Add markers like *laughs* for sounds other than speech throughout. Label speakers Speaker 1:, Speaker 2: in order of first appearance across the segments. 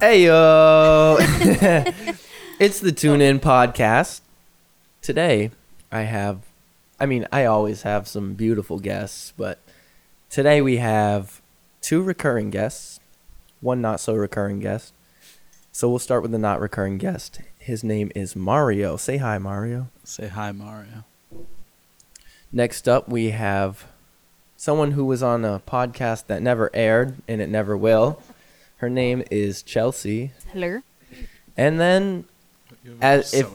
Speaker 1: Hey yo, *laughs* it's the Tune In podcast. Today, I have, I mean, I always have some beautiful guests, but today we have two recurring guests, one not so recurring guest. So we'll start with the not recurring guest. His name is Mario. Say hi, Mario.
Speaker 2: Say hi, Mario.
Speaker 1: Next up, we have someone who was on a podcast that never aired and it never will. Her name is Chelsea.
Speaker 3: Hello.
Speaker 1: And then, As if-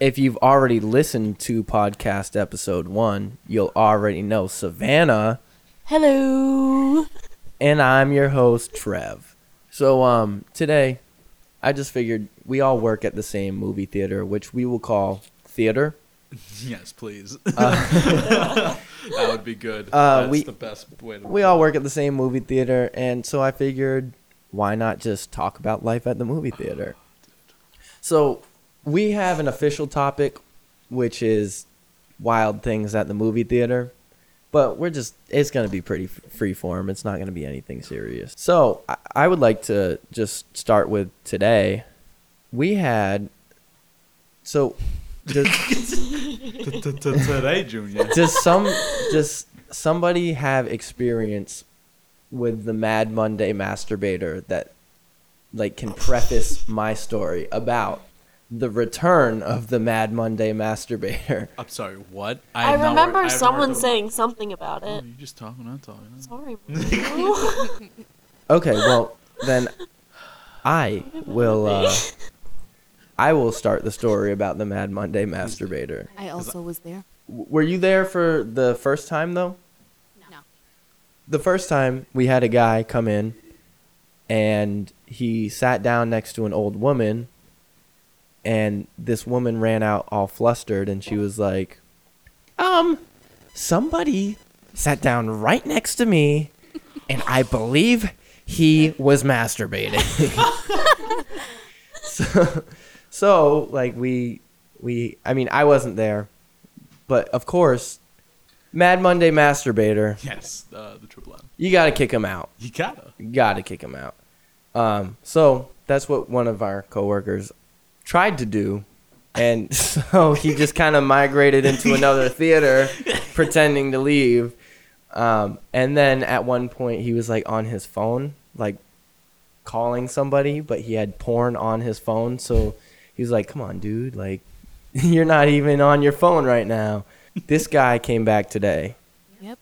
Speaker 1: if you've already listened to podcast episode one, you'll already know Savannah,
Speaker 3: Hello.
Speaker 1: and I'm your host, Trev. So, um, today, I just figured we all work at the same movie theater, which we will call theater.
Speaker 2: *laughs* yes, please. *laughs* that would be good.
Speaker 1: Uh,
Speaker 2: That's
Speaker 1: we-
Speaker 2: the best way to
Speaker 1: We all work at the same movie theater, and so I figured why not just talk about life at the movie theater? So we have an official topic, which is wild things at the movie theater, but we're just, it's going to be pretty f- free form. It's not going to be anything serious. So I, I would like to just start with today. We had, so does,
Speaker 2: today, Junior.
Speaker 1: does some does somebody have experience with the Mad Monday masturbator that like can preface my story about the return of the Mad Monday masturbator?
Speaker 2: I'm sorry. What?
Speaker 4: I
Speaker 2: have not heard-
Speaker 4: remember
Speaker 2: I haven't heard
Speaker 4: someone
Speaker 2: of-
Speaker 4: saying something about
Speaker 2: Oh,
Speaker 4: it.
Speaker 2: you just talking. I'm talking.
Speaker 4: Sorry.
Speaker 1: *laughs*
Speaker 4: Mario.
Speaker 1: Okay, well then I will uh I will start the story about the Mad Monday masturbator.
Speaker 3: I also was there.
Speaker 1: W- Were you there for the first time though?
Speaker 3: No.
Speaker 1: the first time we had a guy come in and he sat down next to an old woman and this woman ran out all flustered and she was like um somebody sat down right next to me and i believe he was masturbating *laughs* so, so like we we i mean i wasn't there but of course mad monday masturbator
Speaker 2: Yes, uh, the triple M. Uh,
Speaker 1: you gotta kick him out.
Speaker 2: You gotta.
Speaker 1: You gotta kick him out. Um, so that's what one of our coworkers tried to do, and *laughs* so he just kind of migrated into another theater, pretending to leave. Um, and then at one point he was like on his phone, like calling somebody, but he had porn on his phone, so he was like, "Come on, dude! Like, *laughs* you're not even on your phone right now." This guy came back today.
Speaker 3: Yep.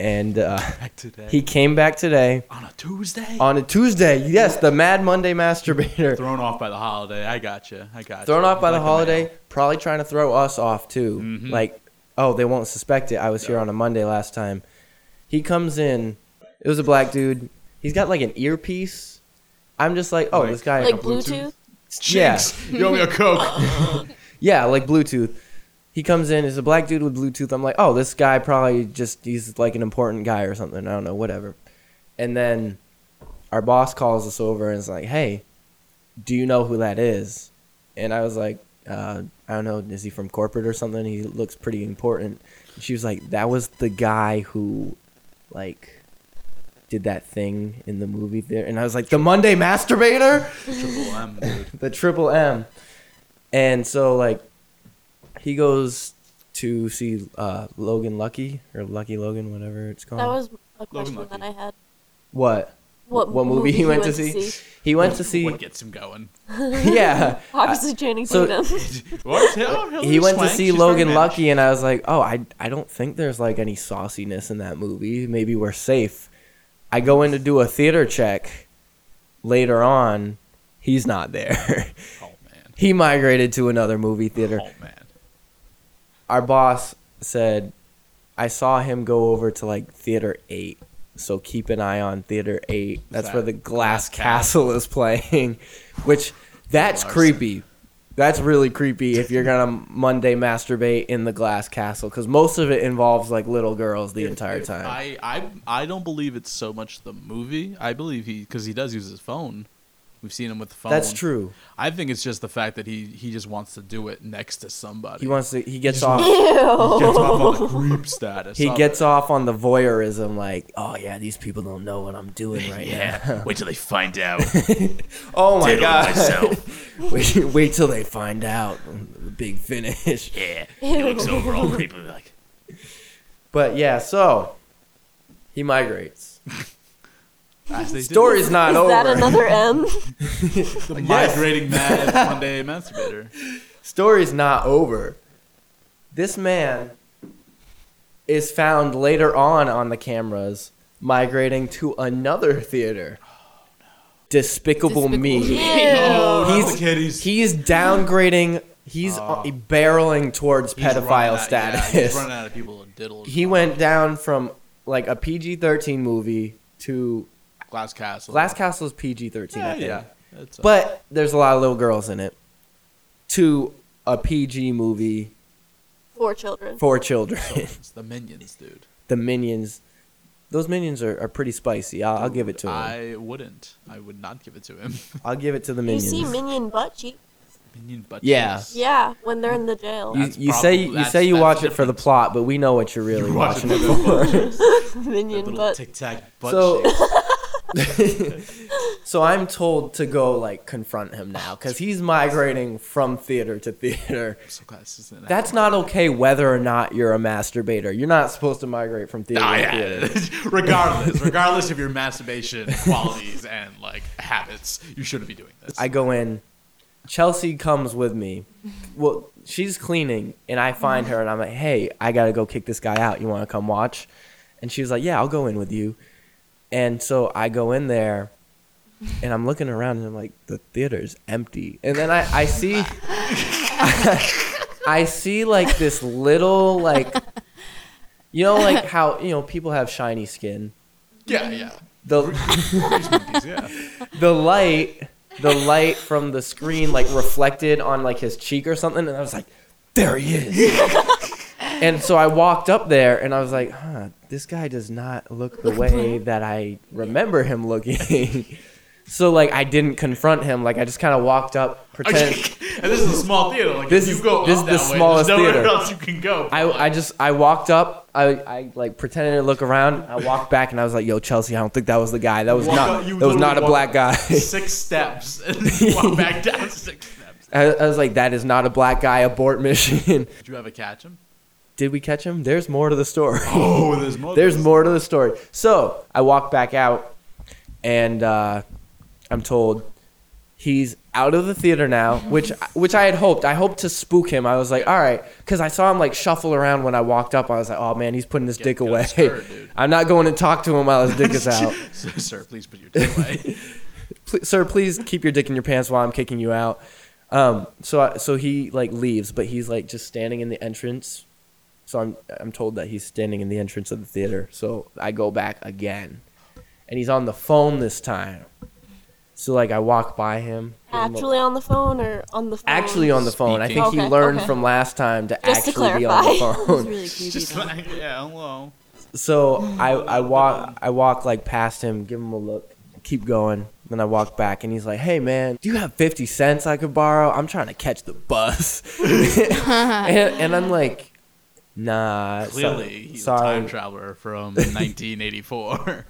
Speaker 1: And uh, *laughs*
Speaker 2: Back today.
Speaker 1: he came back today
Speaker 2: on a Tuesday.
Speaker 1: on a Tuesday. Yes, the Mad Monday masturbator.
Speaker 2: Thrown off by the holiday. I gotcha. I
Speaker 1: *laughs*
Speaker 2: gotcha.
Speaker 1: Thrown off by the
Speaker 2: Like a
Speaker 1: holiday,
Speaker 2: male.
Speaker 1: probably trying to throw us off too.
Speaker 2: Mhm.
Speaker 1: Like, oh, they won't suspect it. I was here on a Monday last time. He comes in. It was a black dude. He's got like an earpiece. I'm just like, oh,
Speaker 2: Like-
Speaker 1: this guy.
Speaker 4: like
Speaker 2: Bluetooth?
Speaker 4: Bluetooth?
Speaker 1: Yeah.
Speaker 2: Jinx, you owe me
Speaker 1: *laughs*
Speaker 2: a coke.
Speaker 4: *laughs*
Speaker 1: Yeah, like Bluetooth. He comes in, is a black dude with Bluetooth. I'm like, oh, this guy probably just he's like an important guy or something. I don't know, whatever. And then our boss calls us over and is like, hey, do you know who that is? And I was like, uh, I don't know, is he from corporate or something? He looks pretty important. And she was like, that was the guy who, like, did that thing in the movie there. And I was like, the Monday masturbator
Speaker 2: triple M, dude.
Speaker 1: the triple M. And so like he goes to see uh, Logan Lucky or Lucky Logan, whatever it's called.
Speaker 4: that was a question
Speaker 2: Lucky.
Speaker 4: that I had.
Speaker 1: what?
Speaker 4: What,
Speaker 1: What movie he went to see? He went to see
Speaker 2: What gets him going?
Speaker 1: *laughs*
Speaker 2: *laughs*
Speaker 1: Yeah.
Speaker 4: Obviously, Channing
Speaker 1: so-
Speaker 4: Tatum.
Speaker 2: What? Hillary
Speaker 1: He went to
Speaker 2: Swank?
Speaker 1: see
Speaker 2: She's very
Speaker 1: Logan
Speaker 2: managed.
Speaker 1: Lucky and I was like, "Oh, I I don't think there's like any sauciness in that movie. Maybe we're safe." I go in to do a theater check later on. He's not there. *laughs*
Speaker 2: Oh man.
Speaker 1: he migrated to another movie theater.
Speaker 2: Oh man.
Speaker 1: our boss said I saw him go over to like theater 8. So keep an eye on theater 8. That's
Speaker 2: that
Speaker 1: where the Glass
Speaker 2: Glass
Speaker 1: Castle *laughs* is playing, which that's
Speaker 2: Larson.
Speaker 1: creepy. That's really creepy if you're going to Monday masturbate in the Glass Castle cuz most of it involves like little girls the entire
Speaker 2: If
Speaker 1: time.
Speaker 2: I, I I don't believe it's so much the movie. I believe he because he does use his phone. We've seen him with the phone.
Speaker 1: That's true.
Speaker 2: I think it's just the fact that he he just wants to do it next to somebody.
Speaker 1: He wants to. He gets
Speaker 2: *laughs* He's
Speaker 1: off.
Speaker 2: He
Speaker 4: Ew.
Speaker 2: gets
Speaker 1: *laughs*
Speaker 2: off on the creep status.
Speaker 1: He
Speaker 2: of
Speaker 1: gets
Speaker 2: it.
Speaker 1: off on the voyeurism, like, oh yeah, these people don't know what I'm
Speaker 2: *laughs*
Speaker 1: doing right
Speaker 5: *laughs*
Speaker 1: now.
Speaker 5: Wait till they find out.
Speaker 1: oh my
Speaker 5: Diddle
Speaker 1: god!
Speaker 5: myself.
Speaker 1: *laughs* wait, wait till they find out. The big finish.
Speaker 5: Yeah. He looks *laughs* over all creepy like,
Speaker 1: But yeah, so he migrates.
Speaker 2: As they do.
Speaker 1: Story's
Speaker 4: *laughs*
Speaker 1: not
Speaker 4: Is
Speaker 1: over. *laughs*
Speaker 4: that another M?
Speaker 2: The
Speaker 1: Yes.
Speaker 2: migrating mad Monday masturbator.
Speaker 1: *laughs* Story's not over. This man is found later on on the cameras migrating to another theater. Despicable,
Speaker 3: Despicable
Speaker 1: me.
Speaker 3: Me.
Speaker 2: Oh, not
Speaker 1: He's-
Speaker 2: the kid. He's,
Speaker 1: He is downgrading. He's
Speaker 2: Oh.
Speaker 1: barreling towards
Speaker 2: he's running
Speaker 1: pedophile
Speaker 2: out- yeah,
Speaker 1: status.
Speaker 2: he's running out of people to diddle.
Speaker 1: he went down from like a PG thirteen movie to
Speaker 2: Glass Castle.
Speaker 1: Glass Castle's PG thirteen. I
Speaker 2: Yeah,
Speaker 1: think.
Speaker 2: yeah. That's uh, a-
Speaker 1: but there's a lot of little girls in it. To a PG movie
Speaker 4: Four children.
Speaker 1: for children. *laughs*
Speaker 2: it's the minions, dude.
Speaker 1: the minions, those minions are, are pretty spicy. *laughs* I'll, I'll give it to him. I,
Speaker 2: I wouldn't. I would not give it to him. *laughs*
Speaker 1: will give it to the
Speaker 4: You
Speaker 1: minions.
Speaker 4: see minion butt cheek.
Speaker 2: Minion butt
Speaker 1: Yeah.
Speaker 2: cheeks.
Speaker 4: Yeah, when they're in the jail.
Speaker 1: you,
Speaker 2: That's
Speaker 1: you
Speaker 2: prob-
Speaker 1: say you
Speaker 2: that's-
Speaker 1: say you
Speaker 2: that's
Speaker 1: watch
Speaker 2: the
Speaker 1: it for the plot, but we know what you're really
Speaker 2: You're
Speaker 1: watching
Speaker 2: watching
Speaker 1: it
Speaker 2: the
Speaker 1: for.
Speaker 2: That
Speaker 4: *laughs* minion
Speaker 2: little
Speaker 4: butt.
Speaker 2: tic tac butt
Speaker 1: So-
Speaker 2: cheeks.
Speaker 1: *laughs* So I'm told to go like confront him now because he's migrating from theater to theater.
Speaker 2: I'm so glad this isn't
Speaker 1: That's not okay whether or not you're a masturbator. You're not supposed to migrate from theater
Speaker 2: Oh,
Speaker 1: to
Speaker 2: yeah.
Speaker 1: theater.
Speaker 2: *laughs* regardless, regardless of your masturbation
Speaker 1: *laughs*
Speaker 2: qualities and like habits, you shouldn't be doing this.
Speaker 1: I go in. Chelsea comes with me. Well, she's cleaning, and I find her, and I'm like, "Hey, I gotta go kick this guy out. You want to come watch?" And she was like, "Yeah, I'll go in with you." And so I go in there, and I'm looking around, and I'm like, "The theater's empty." And then I, I see, *laughs* I see like this little like, you know, like how you know people have shiny skin.
Speaker 2: yeah, yeah.
Speaker 1: The
Speaker 2: These monkeys, *laughs* yeah.
Speaker 1: the light the light from the screen like reflected on like his cheek or something and i was like there he
Speaker 2: *laughs*
Speaker 1: is and so i walked up there and i was like huh this guy does not look the way that i remember him looking *laughs* so like i didn't confront him like i just kind of walked up pretend
Speaker 2: *laughs* and this is a small theater. Like
Speaker 1: This
Speaker 2: if
Speaker 1: is-
Speaker 2: you go
Speaker 1: this
Speaker 2: up
Speaker 1: is the
Speaker 2: that
Speaker 1: smallest
Speaker 2: way, there's nowhere
Speaker 1: theater.
Speaker 2: else you can go.
Speaker 1: I, I just i walked up I, I like pretended to look around i walked back and i was like yo chelsea i don't think that was the guy that was
Speaker 2: Walk
Speaker 1: not
Speaker 2: up- you
Speaker 1: that was not a
Speaker 2: literally
Speaker 1: black
Speaker 2: walk
Speaker 1: guy *laughs*
Speaker 2: *laughs* six steps *laughs* and then you walk back down *laughs* six steps.
Speaker 1: I, I was like that is not a black guy abort mission
Speaker 2: Did you ever catch him?
Speaker 1: Did we catch him? There's more to the story.
Speaker 2: *laughs* Oh, there's more.
Speaker 1: *laughs* There's more to the story. So I walk back out, and uh, I'm told he's out of the theater now, which which I had hoped. I hoped to spook him. I was like, all right, because I saw him like shuffle around when I walked up. I was like, oh man, he's putting his
Speaker 2: Get-
Speaker 1: dick
Speaker 2: get
Speaker 1: away.
Speaker 2: scared, dude.
Speaker 1: *laughs* I'm not going to talk to him while his dick
Speaker 2: *laughs*
Speaker 1: is out.
Speaker 2: Sir, sir, please put your
Speaker 1: *laughs*
Speaker 2: dick away.
Speaker 1: Pl- sir, please keep your dick in your pants while I'm kicking you out. Um, so I, so he like leaves, but he's like just standing in the entrance. So I'm I'm told that he's standing in the entrance of the theater. So I go back again, and he's on the phone this time. So like I walk by him. give him a-
Speaker 4: Actually on the phone or on the phone?
Speaker 1: actually on the phone. I think
Speaker 2: Speaking.
Speaker 1: he
Speaker 4: Okay,
Speaker 1: learned
Speaker 4: okay.
Speaker 1: from last time to
Speaker 4: Just to
Speaker 1: actually be on the
Speaker 4: *laughs* clarify.
Speaker 1: phone.
Speaker 3: really creepy.
Speaker 2: Just
Speaker 3: though.
Speaker 2: like, yeah, hello.
Speaker 1: So I, I walk I walk like past him, give him a look, keep going. Then I walk back and he's like, "Hey man, do you have fifty cents I could borrow? I'm trying to catch the bus." *laughs* and, and I'm like, "Nah, Uh, so-
Speaker 2: Clearly, he's a
Speaker 1: sorry.
Speaker 2: time traveler from *laughs* 1984.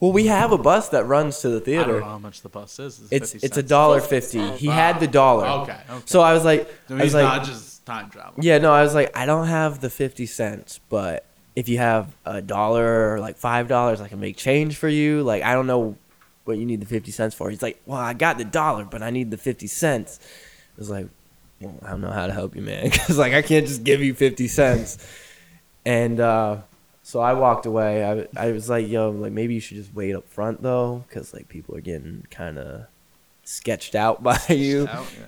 Speaker 1: well, we have a bus that runs to the
Speaker 2: I don't
Speaker 1: theater.
Speaker 2: know how much the bus is.
Speaker 1: It's
Speaker 2: 50
Speaker 1: it's a
Speaker 2: cents.
Speaker 1: dollar
Speaker 4: Fifty
Speaker 1: fifty.
Speaker 4: cents.
Speaker 1: He had the dollar.
Speaker 2: Okay, okay.
Speaker 1: So I was like,
Speaker 2: So
Speaker 1: I was
Speaker 2: he's
Speaker 1: like,
Speaker 2: not just time travel.
Speaker 1: Yeah, no, I was like, I don't have the fifty cents, but if you have a dollar or like five dollars, I can make change for you. Like, I don't know what you need the fifty cents for. He's like, Well, I got the dollar, but I need the fifty cents. I was like, Well, I don't know how to help you, man, *laughs* because like I can't just give you fifty cents. And uh, so I walked away. I I was like, Yo, like maybe you should just wait up front though, because like people are getting kind of sketched out *laughs* by you.
Speaker 2: Out, yeah.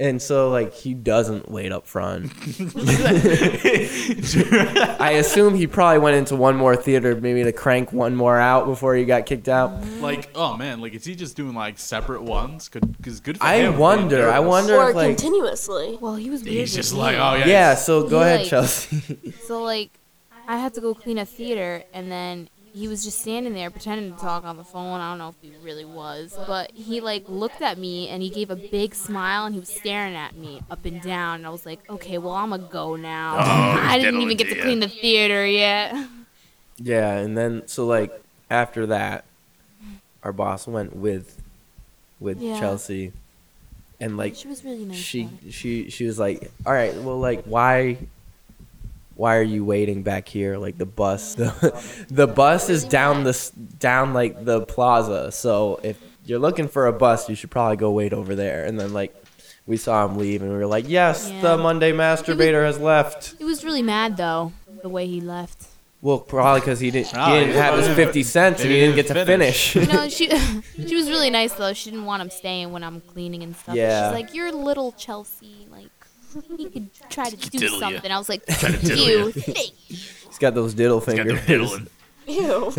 Speaker 1: And so like he doesn't wait up front. I assume he probably went into one more theater, maybe to crank one more out before he got kicked out.
Speaker 2: like, oh man, like is he just doing like separate ones? Could because good. For
Speaker 1: I
Speaker 2: him,
Speaker 1: wonder,
Speaker 2: man.
Speaker 1: I wonder-
Speaker 4: Or
Speaker 1: if, like-
Speaker 4: continuously.
Speaker 3: Well, he was weird.
Speaker 2: He's
Speaker 3: with
Speaker 2: just
Speaker 3: me.
Speaker 2: like, oh yeah,
Speaker 1: Yeah,
Speaker 2: he's-
Speaker 1: so go
Speaker 3: He,
Speaker 1: ahead,
Speaker 3: like-
Speaker 1: Chelsea. *laughs*
Speaker 3: So like, I had to go clean a theater, and then
Speaker 6: he was just standing there pretending to talk on the phone. I don't know if he really was, but he like looked at me and he gave a big smile and he was staring at me up and down. And I was like, okay, well I'm gonna go
Speaker 2: Oh,
Speaker 6: now. *laughs* I didn't
Speaker 5: that'll
Speaker 6: even get
Speaker 5: do
Speaker 6: to
Speaker 5: ya.
Speaker 6: clean the theater yet.
Speaker 1: Yeah, and then so like after that, our boss went with with
Speaker 6: Yeah.
Speaker 1: Chelsea, and like
Speaker 6: she was really nice.
Speaker 1: she
Speaker 6: about it.
Speaker 1: she she was like, all right, well like why why are you waiting back here? Like the bus *laughs* the the bus is down the s- down like the plaza. So if you're looking for a bus, you should probably go wait over there. And then like we saw him leave, and we were like, yes,
Speaker 6: Yeah.
Speaker 1: the Monday masturbator has left.
Speaker 6: He was really mad though the way he left.
Speaker 1: Well, probably because he didn't he
Speaker 2: Oh,
Speaker 1: didn't
Speaker 2: he
Speaker 1: have his
Speaker 2: didn't-
Speaker 1: fifty cents, and
Speaker 2: he
Speaker 1: he didn't get
Speaker 2: didn't
Speaker 1: to
Speaker 2: finish.
Speaker 1: finish.
Speaker 6: No, she *laughs* she was really nice though. She didn't want him staying when I'm cleaning and stuff.
Speaker 1: Yeah.
Speaker 6: She's like, "You're little Chelsea. Like, he could try to do
Speaker 5: Diddle ya.
Speaker 6: something." I was like,
Speaker 5: to diddle
Speaker 6: "You, *laughs* think."
Speaker 1: *laughs* He's got those diddle
Speaker 5: Got
Speaker 1: fingers.
Speaker 5: the diddling.
Speaker 1: *laughs*
Speaker 4: Ew.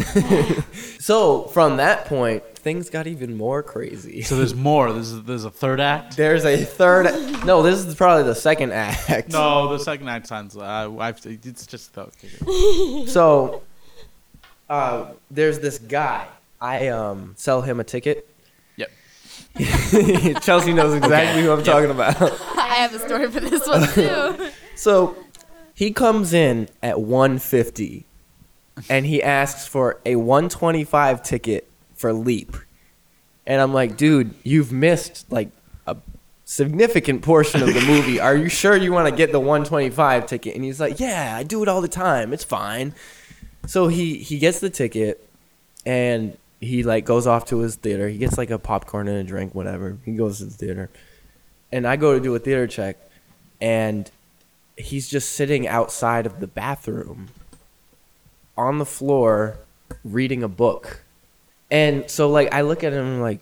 Speaker 1: so from that point, things got even more crazy.
Speaker 2: So there's more. There's there's a third act.
Speaker 1: There's a third. No, this is probably the second act.
Speaker 2: No, the second act sounds. Uh, I've, it's just the
Speaker 1: So uh, there's this guy. I um, sell him a ticket. *laughs*
Speaker 2: Yep.
Speaker 1: Chelsea knows exactly who I'm talking about.
Speaker 6: I have a story for
Speaker 1: *laughs*
Speaker 6: this one too.
Speaker 1: So he comes in at 150 and he asks for a 125 ticket for leap. And I'm like, dude, you've missed like a significant portion of the movie. Are you sure you want to get the 125 ticket? And he's like, yeah, I do it all the time. It's fine. So he he gets the ticket and he like goes off to his theater. He gets like a popcorn and a drink, whatever. He goes to the theater. And I go to do a theater check and he's just sitting outside of the bathroom on the floor reading a book. And so like I look at him and I'm like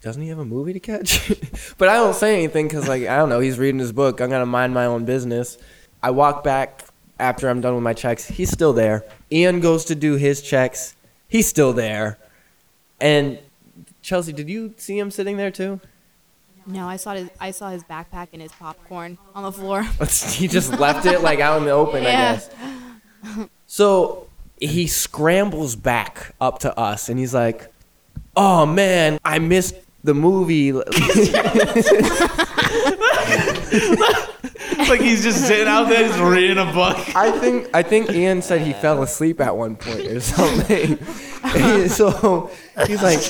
Speaker 1: doesn't he have a movie to catch? *laughs* but I don't say anything cuz like I don't know, he's reading his book. I'm going to mind my own business. I walk back after I'm done with my checks. He's still there. Ian goes to do his checks. He's still there. And Chelsea, did you see him sitting there too?
Speaker 6: No, I saw his I saw his backpack and his popcorn on the floor. *laughs*
Speaker 1: *laughs* he just left it like out in the open, I
Speaker 6: Yeah.
Speaker 1: guess. So he scrambles back up to us and he's like, "Oh man, I missed the movie."
Speaker 2: It's like he's just sitting out there, just reading a
Speaker 1: *laughs*
Speaker 2: book.
Speaker 1: I think I think Ian said he fell asleep at one point or something. And *laughs* so he's like,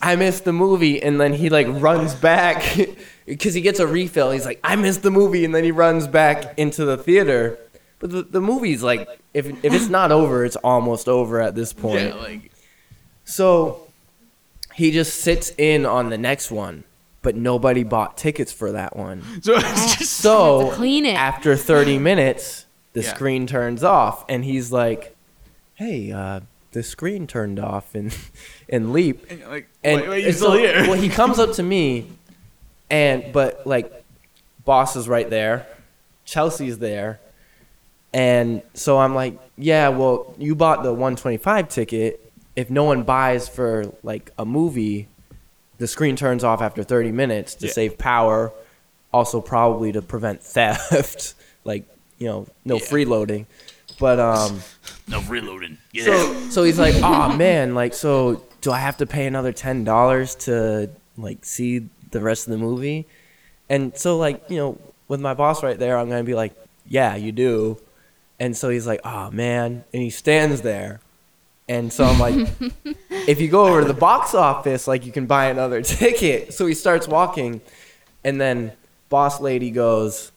Speaker 1: "I missed the movie," and then he like runs back *laughs* because he gets a refill. He's like, "I missed the movie," and then he runs back into the theater. But the, the movie's like, if if it's not over, it's almost over at this point.
Speaker 2: Yeah, like
Speaker 1: So he just sits in on the next one, but nobody bought tickets for that one.
Speaker 2: so.
Speaker 1: *laughs*
Speaker 2: It's just
Speaker 1: So
Speaker 6: to clean it.
Speaker 1: after 30 minutes, the
Speaker 2: Yeah.
Speaker 1: screen turns off, and he's like, "Hey, uh, the screen turned off in in Leap."
Speaker 2: and, like
Speaker 1: *laughs* And
Speaker 2: wait, wait, you're
Speaker 1: and
Speaker 2: still
Speaker 1: so-
Speaker 2: here.
Speaker 1: Well, he comes up to me, and but like, boss is right there, Chelsea's there, and so I'm like, yeah, well, you bought the 125 ticket. If no one buys for like a movie, the screen turns off after 30 minutes to
Speaker 2: Yeah.
Speaker 1: save power, also probably to prevent *laughs* theft, like you know, no
Speaker 5: Yeah.
Speaker 1: freeloading. But um,
Speaker 5: No reloading. Get out.
Speaker 1: so, so he's like, oh man, like, so do I have to pay another ten dollars to like see the rest of the movie? And so, like, you know, with my boss right there, I'm gonna be like, yeah, you do. And so he's like, oh man, and he stands there. And so I'm like, if you go over to the box office, like, you can buy another *laughs* ticket. So he starts walking, and then boss lady goes,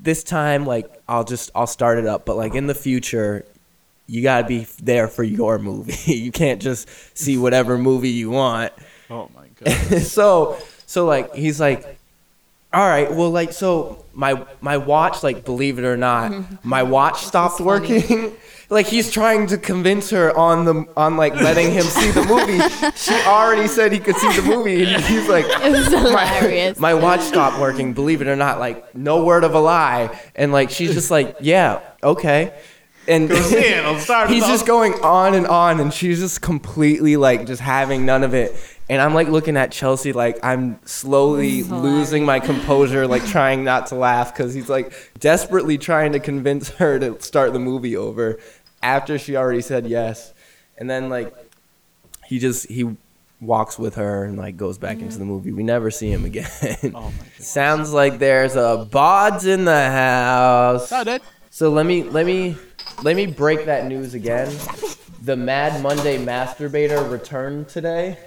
Speaker 1: this time like i'll just i'll start it up but like in the future you gotta be f- there for your movie *laughs* you can't just see whatever movie you want *laughs*
Speaker 2: oh my god.
Speaker 1: so so like he's like all right well like so my my watch like believe it or not my watch stopped working *laughs* like he's trying to convince her on the on like letting him see the movie she already said he could see the movie and he's like
Speaker 6: It
Speaker 1: *laughs*
Speaker 6: was hilarious.
Speaker 1: my watch stopped working, believe it or not, like no word of a lie. And like she's just like, yeah, okay. And
Speaker 2: see it, I'll start
Speaker 1: *laughs*
Speaker 2: it
Speaker 1: he's just
Speaker 2: off.
Speaker 1: going on and on and she's just completely like just having none of it. And I'm like looking at Chelsea like I'm slowly losing my composure, like trying not to laugh because he's like desperately trying to convince her to start the movie over. after she already said yes. And then like he just he walks with her and like goes back into the movie. We never see him
Speaker 2: *laughs*
Speaker 1: again.
Speaker 2: Oh
Speaker 1: *laughs* Sounds like there's a bods in the house.
Speaker 2: Not it.
Speaker 1: So let me let me let me break that news again. The Mad Monday masturbator returned today.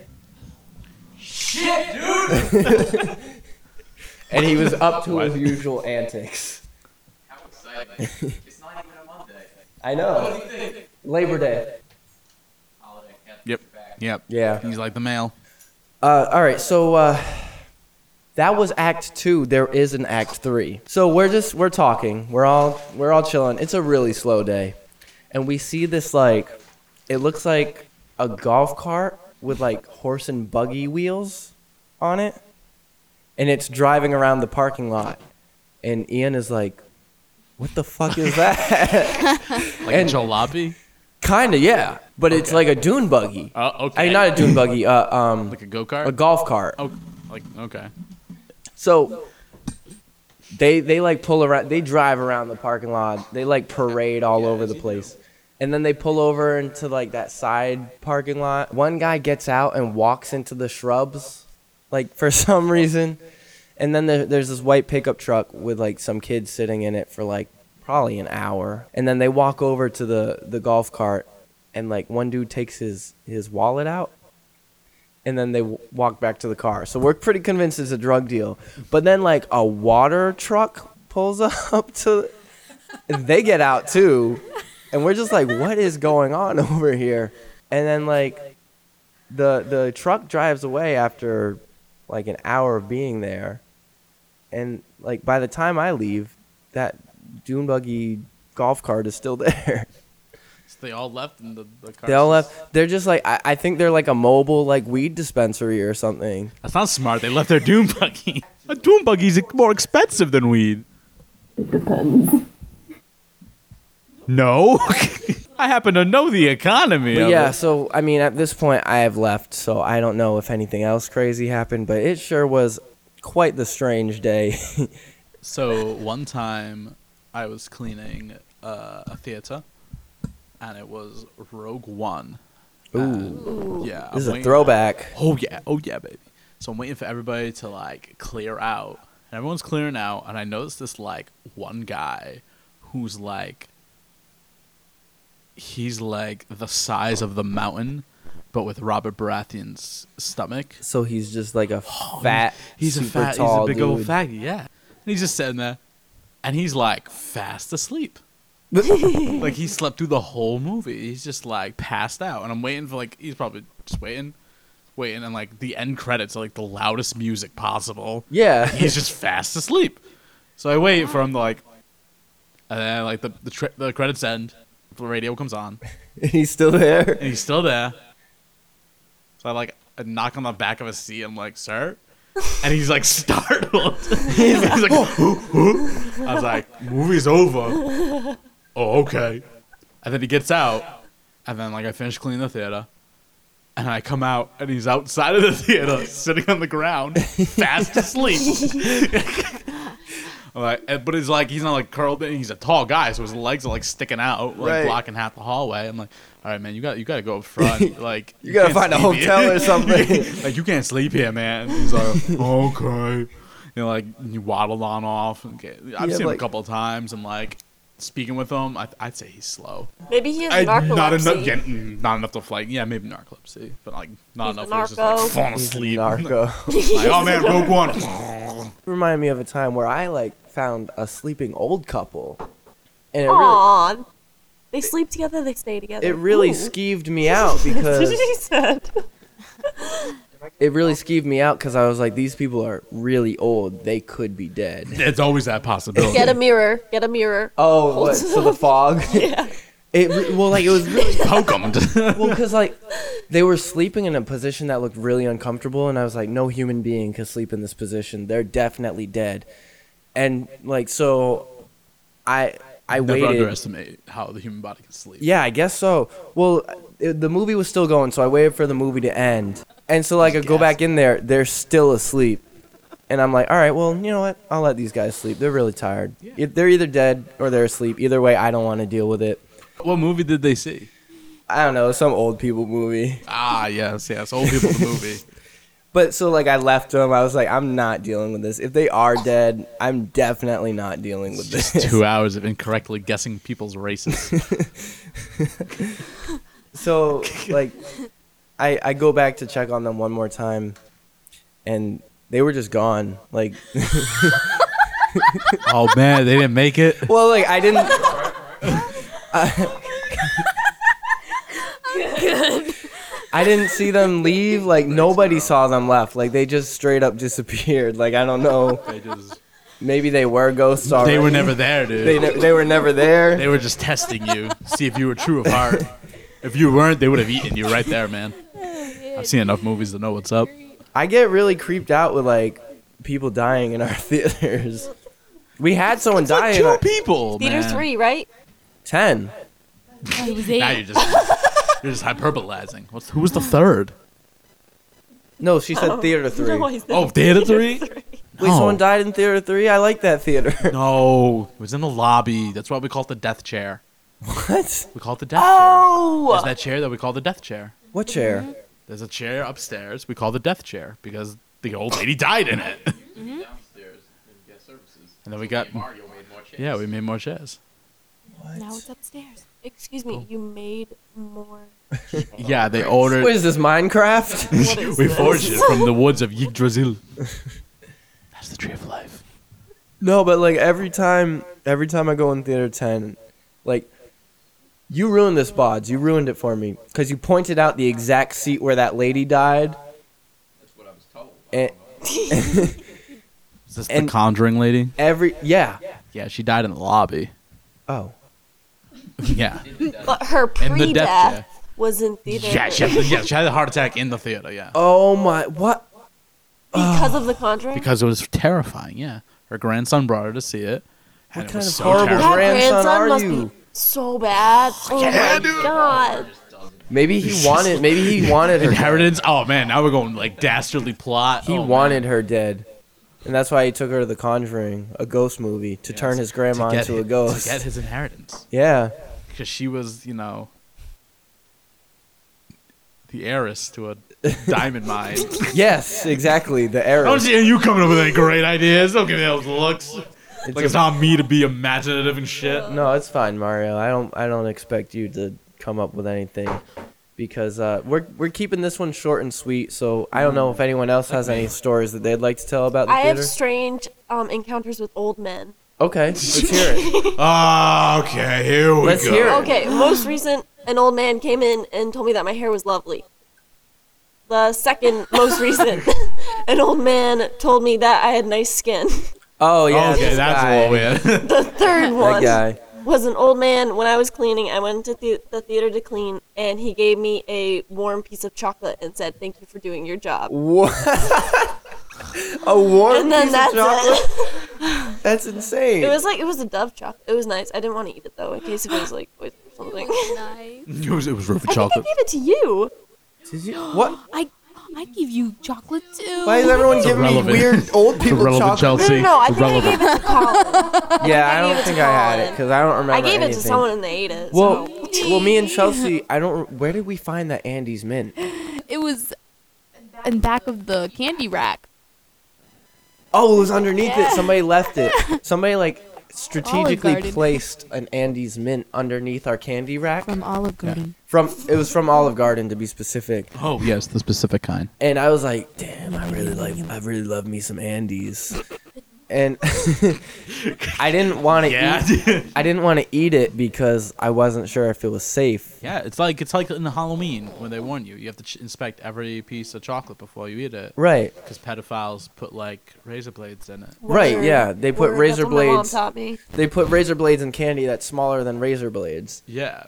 Speaker 1: Shit, dude. *laughs* and he was up to his usual antics. How exciting. it's not even a Monday. I know. Labor Day.
Speaker 2: Yep. Yep.
Speaker 1: Yeah.
Speaker 2: He's like the male.
Speaker 1: Uh, all right, so uh, that was Act Two. There is an Act Three. So we're just we're talking. We're all we're all chilling. It's a really slow day, and we see this like it looks like a golf cart with like horse and buggy wheels on it, and it's driving around the parking lot. And Ian is like, "What the fuck is that?" *laughs*
Speaker 2: Like
Speaker 1: And-
Speaker 2: a jalopy.
Speaker 1: Kinda, yeah, but it's like a dune buggy.
Speaker 2: Uh,
Speaker 1: I
Speaker 2: okay.
Speaker 1: mean, not a dune buggy. Uh, um,
Speaker 2: like a go kart.
Speaker 1: a golf cart.
Speaker 2: oh, like okay.
Speaker 1: So they they like pull around, they drive around the parking lot. They like parade all over the place. And then they pull over into like that side parking lot. One guy gets out and walks into the shrubs like for *laughs* some reason. And then there, there's this white pickup truck with like some kids sitting in it for like probably an hour. And then they walk over to the the golf cart and like one dude takes his his wallet out and then they w- walk back to the car. So we're pretty convinced it's a drug deal. But then like a water truck pulls *laughs* up to, and they get out too, and we're just like, what is going on *laughs* over here? And then like, the the truck drives away after like an hour of being there, and like by the time I leave, that dune buggy golf cart is still *laughs* there.
Speaker 2: So they all left in the, the car.
Speaker 1: they all left. They're just like I, I think they're like a mobile like weed dispensary or something.
Speaker 2: That's not smart. They left their doom buggy. *laughs* A doom buggy's more expensive than weed.
Speaker 4: It depends.
Speaker 2: No. *laughs* I happen to know the economy.
Speaker 1: But
Speaker 2: of
Speaker 1: yeah,
Speaker 2: it.
Speaker 1: so I mean, at this point, I have left, so I don't know if anything else crazy happened, but it sure was quite the strange day. *laughs*
Speaker 2: So one time, I was cleaning uh, a theater, and it was Rogue One.
Speaker 1: Ooh,
Speaker 2: Yeah. I'm
Speaker 1: this is a
Speaker 2: waiting-
Speaker 1: throwback.
Speaker 2: *laughs* Oh yeah, oh yeah, baby. So I'm waiting for everybody to like clear out, and everyone's clearing out, and I notice this like one guy who's like, he's like the size of the mountain, but with Robert Baratheon's stomach.
Speaker 1: So he's just like a fat,
Speaker 2: Oh, He's
Speaker 1: super
Speaker 2: a fat, he's a
Speaker 1: tall
Speaker 2: big old
Speaker 1: dude.
Speaker 2: faggot, yeah. And he's just sitting there, and he's like fast
Speaker 1: *laughs*
Speaker 2: asleep. like he slept through the whole movie. He's just like passed out, and I'm waiting for like he's probably just waiting, waiting, and like the end credits are like the loudest music possible.
Speaker 1: Yeah, *laughs*
Speaker 2: He's just fast asleep. So I wait for him to like, and then like the the, tr the credits end, the radio comes on,
Speaker 1: he's still there.
Speaker 2: and he's still there. So I like I knock on the back of his seat. I'm like, sir, and he's like *laughs* startled. he's like, "Oh, "Who? Who?" I was like, movie's over. oh, okay. And then he gets out, and then like I finish cleaning the theater, and I come out, and he's outside of the theater, sitting on the ground, fast asleep. *laughs* I'm like, eh, but it's like he's not like curled in. He's a tall guy, so his legs are like sticking out, like
Speaker 1: Right.
Speaker 2: blocking half the hallway. I'm like, all right, man, you got you got to go up *laughs* front. Like,
Speaker 1: You gotta
Speaker 2: can't
Speaker 1: find a
Speaker 2: sleep here."
Speaker 1: hotel or something.
Speaker 2: *laughs* like you can't sleep here, man. He's like, okay. You know, like you waddled on off. Okay. I've
Speaker 1: Yeah,
Speaker 2: seen him
Speaker 1: like-
Speaker 2: a couple of times, and like speaking with him, I, I'd say he's slow.
Speaker 4: Maybe he has
Speaker 2: I-
Speaker 4: narcolepsy.
Speaker 2: not enough, yeah, mm, not enough to like, yeah, maybe narcolepsy, but like not
Speaker 4: He's a
Speaker 2: enough. Where he's just like
Speaker 4: narco.
Speaker 2: falling
Speaker 5: *laughs*
Speaker 2: asleep. Like,
Speaker 1: Narco. *laughs*
Speaker 4: *laughs*
Speaker 2: oh man, Rogue One.
Speaker 1: Remind me of a time where I like found a sleeping old couple, and it really,
Speaker 4: Aw. They sleep together, they stay together.
Speaker 1: it really
Speaker 4: Ooh.
Speaker 1: skeeved me
Speaker 2: *laughs*
Speaker 4: *laughs*
Speaker 1: out because
Speaker 4: she said.
Speaker 1: it really skeeved me out because I was like, these people are really old. They could be dead.
Speaker 2: It's always that possibility.
Speaker 4: Get
Speaker 2: *laughs*
Speaker 4: a mirror. Get a mirror.
Speaker 1: Oh, what? So the fog.
Speaker 4: Yeah.
Speaker 1: *laughs* It re- well, like it was really
Speaker 2: Poke him.
Speaker 1: well because like they were sleeping in a position that looked really uncomfortable, and I was like, no human being can sleep in this position. They're definitely dead. And like so, I I
Speaker 2: Never
Speaker 1: waited.
Speaker 2: underestimate how the human body can sleep.
Speaker 1: Yeah, I guess so. Well, it, the movie was still going, so I waited for the movie to end, and so like I go back in there, they're still asleep. And I'm like, all right, well, you know what? I'll let these guys sleep. They're really tired. If They're either dead or they're asleep. Either way, I don't want to deal with it.
Speaker 2: What movie did they see?
Speaker 1: I don't know, some old people movie.
Speaker 2: Ah, yes, yes, old people the
Speaker 1: *laughs*
Speaker 2: movie.
Speaker 1: But so like I left them. I was like, I'm not dealing with this. If they are dead, I'm definitely not dealing with this. *laughs*
Speaker 2: Just two hours of incorrectly guessing people's races.
Speaker 1: so like I I go back to check on them one more time and they were just gone. Like
Speaker 2: oh man, they didn't make it.
Speaker 1: well like I didn't I didn't see them leave. Like nobody saw them left. Like they just straight up disappeared. Like I don't know.
Speaker 2: They just
Speaker 1: Maybe they were ghosts already.
Speaker 2: they were never there, dude.
Speaker 1: They, ne- they were never there.
Speaker 2: They were just testing you, see if you were true of heart. If you weren't, they would have eaten you right there, man. I've seen enough movies to know what's up.
Speaker 1: I get really creeped out with like people dying in our *laughs* theaters. We had someone
Speaker 2: It's like
Speaker 1: die in
Speaker 2: two
Speaker 1: our-
Speaker 2: people,
Speaker 1: Oh,
Speaker 4: Theater
Speaker 2: man.
Speaker 4: three, right?
Speaker 1: ten.
Speaker 6: He was
Speaker 2: Now
Speaker 6: eight.
Speaker 2: you're just you're just hyperbolizing. What's, who was the third?
Speaker 1: No, she said theater three.
Speaker 4: Oh. *laughs* No, I
Speaker 1: Wait,
Speaker 4: said
Speaker 2: Oh, theater three. No.
Speaker 1: someone died in theater three. I like that theater. *laughs*
Speaker 2: No, it was in the lobby. That's why we call it the death chair.
Speaker 1: What?
Speaker 2: We call it the death chair. There's
Speaker 4: Oh,
Speaker 2: that chair that we call the death chair.
Speaker 1: What chair?
Speaker 2: There's a chair upstairs we call the death chair because the old lady died in *laughs* it. And then we got yeah, we made more chairs.
Speaker 6: Now it's upstairs.
Speaker 4: excuse me. You made more.
Speaker 2: Yeah, they ordered.
Speaker 1: What is this Minecraft? *laughs*
Speaker 4: What is
Speaker 2: *laughs* we
Speaker 4: this?
Speaker 2: forged it from the woods of Yggdrasil. That's the tree of life.
Speaker 1: no, but like every time, every time I go in theater ten, like you ruined this bods. You ruined it for me because you pointed out the exact seat where that lady died. That's what I was told.
Speaker 2: Is this
Speaker 1: And-
Speaker 2: the Conjuring lady?
Speaker 1: every yeah.
Speaker 2: Yeah, she died in the *laughs* lobby.
Speaker 1: Oh.
Speaker 2: yeah,
Speaker 4: But her
Speaker 2: in the death chair.
Speaker 4: pre-death was in theater
Speaker 2: Yeah, she had, the, yeah, she had a heart attack in the theater. Yeah,
Speaker 1: Oh my. What?
Speaker 4: because of the Conjuring.
Speaker 2: because it was terrifying. Yeah, her grandson brought her to see it.
Speaker 1: What
Speaker 2: And it
Speaker 1: kind
Speaker 2: was
Speaker 1: of
Speaker 2: so
Speaker 1: horrible *laughs*
Speaker 2: terrifying.
Speaker 4: that
Speaker 1: grandson
Speaker 4: grandson
Speaker 1: are
Speaker 4: must
Speaker 1: you?
Speaker 4: be so bad. Oh my god.
Speaker 1: Maybe he wanted. Maybe he wanted
Speaker 2: *laughs*
Speaker 1: her. dead.
Speaker 2: Inheritance. Oh man, now we're going like dastardly plot.
Speaker 1: He
Speaker 2: Oh, man.
Speaker 1: wanted her dead, and that's why he took her to The Conjuring, a ghost movie, to turn his grandma
Speaker 2: get
Speaker 1: into
Speaker 2: hi-
Speaker 1: a ghost.
Speaker 2: To get his inheritance
Speaker 1: yeah.
Speaker 2: because she was, you know, the heiress
Speaker 1: *laughs*
Speaker 2: to a diamond mine. *laughs*
Speaker 1: Yes. Exactly. The error.
Speaker 2: I don't see you coming up with any great ideas. Don't give me those looks.
Speaker 1: It's
Speaker 2: like it's
Speaker 1: a-
Speaker 2: not me to be imaginative and shit.
Speaker 1: no, it's fine, Mario. I don't. I don't expect you to come up with anything, because uh, we're we're keeping this one short and sweet. So I don't know
Speaker 2: Mm.
Speaker 1: if anyone else has any stories that they'd like to tell about the
Speaker 4: I have
Speaker 1: theater.
Speaker 4: strange um, encounters with old men.
Speaker 1: Okay. Let's hear
Speaker 4: *laughs*
Speaker 1: it.
Speaker 2: Ah, okay, here we
Speaker 1: Let's
Speaker 2: go.
Speaker 1: hear it.
Speaker 4: Okay, most recent, an old man came in and told me that my hair was lovely. The second
Speaker 1: *laughs*
Speaker 4: most recent, *laughs* an old man told me that I had nice skin. *laughs*
Speaker 1: Oh yeah.
Speaker 2: okay,
Speaker 1: this
Speaker 2: that's
Speaker 1: guy.
Speaker 2: a
Speaker 1: *laughs*
Speaker 2: little weird.
Speaker 4: The third
Speaker 1: That
Speaker 4: one
Speaker 1: guy.
Speaker 4: was an old man. When I was cleaning, I went to the, the theater to clean, and he gave me a warm piece of chocolate and said, "Thank you for doing your job."
Speaker 1: What? *laughs* a warm
Speaker 4: And then
Speaker 1: piece of
Speaker 4: that's
Speaker 1: chocolate.
Speaker 4: *laughs* it.
Speaker 1: That's insane.
Speaker 4: It was like it was a Dove chocolate. It was nice. I didn't want to eat it though, in case it was like poison or something. I
Speaker 6: Nice.
Speaker 2: it was, it was roof of
Speaker 4: think *laughs* I
Speaker 2: chocolate.
Speaker 4: gave it to you.
Speaker 1: Did
Speaker 4: *gasps*
Speaker 1: you, what?
Speaker 6: I I give you chocolate too.
Speaker 1: Why is everyone
Speaker 2: It's
Speaker 1: giving
Speaker 2: irrelevant.
Speaker 1: me weird old people
Speaker 2: Irrelevant
Speaker 1: chocolate?
Speaker 4: No,
Speaker 2: Chelsea.
Speaker 4: no, no. I think
Speaker 2: Irrelevant.
Speaker 4: I gave it to Colin.
Speaker 1: Yeah,
Speaker 4: I
Speaker 1: I don't
Speaker 4: gave it
Speaker 1: think
Speaker 4: to
Speaker 1: I had it
Speaker 4: Colin.
Speaker 1: because I don't remember
Speaker 4: I gave it
Speaker 1: anything.
Speaker 4: to someone and they ate it.
Speaker 1: Well,
Speaker 4: so.
Speaker 1: well, me and Chelsea, I don't. Where did we find that Andy's mint?
Speaker 6: It was in back of the candy rack.
Speaker 1: Oh, it was underneath it. Somebody left
Speaker 4: *laughs*
Speaker 1: it. Somebody like strategically
Speaker 6: Garden.
Speaker 1: placed an Andy's mint underneath our candy rack.
Speaker 6: From Olive Garden.
Speaker 1: From it was from Olive Garden to be specific.
Speaker 2: Oh, yes, the specific kind.
Speaker 1: and I was like, "Damn, I really like, I really love me some Andes," and *laughs* I didn't want to
Speaker 2: *laughs* Yeah.
Speaker 1: eat. I didn't want to eat it because I wasn't sure if it was safe.
Speaker 2: Yeah, it's like it's like in the Halloween when they warn you. You have to ch- inspect every piece of chocolate before you eat it.
Speaker 1: Right,
Speaker 2: Because pedophiles put like razor blades in it.
Speaker 1: right, yeah. They put
Speaker 4: Word,
Speaker 1: razor
Speaker 4: that's what my mom
Speaker 1: blades.
Speaker 4: taught me.
Speaker 1: They put razor blades in candy that's smaller than razor blades.
Speaker 2: Yeah,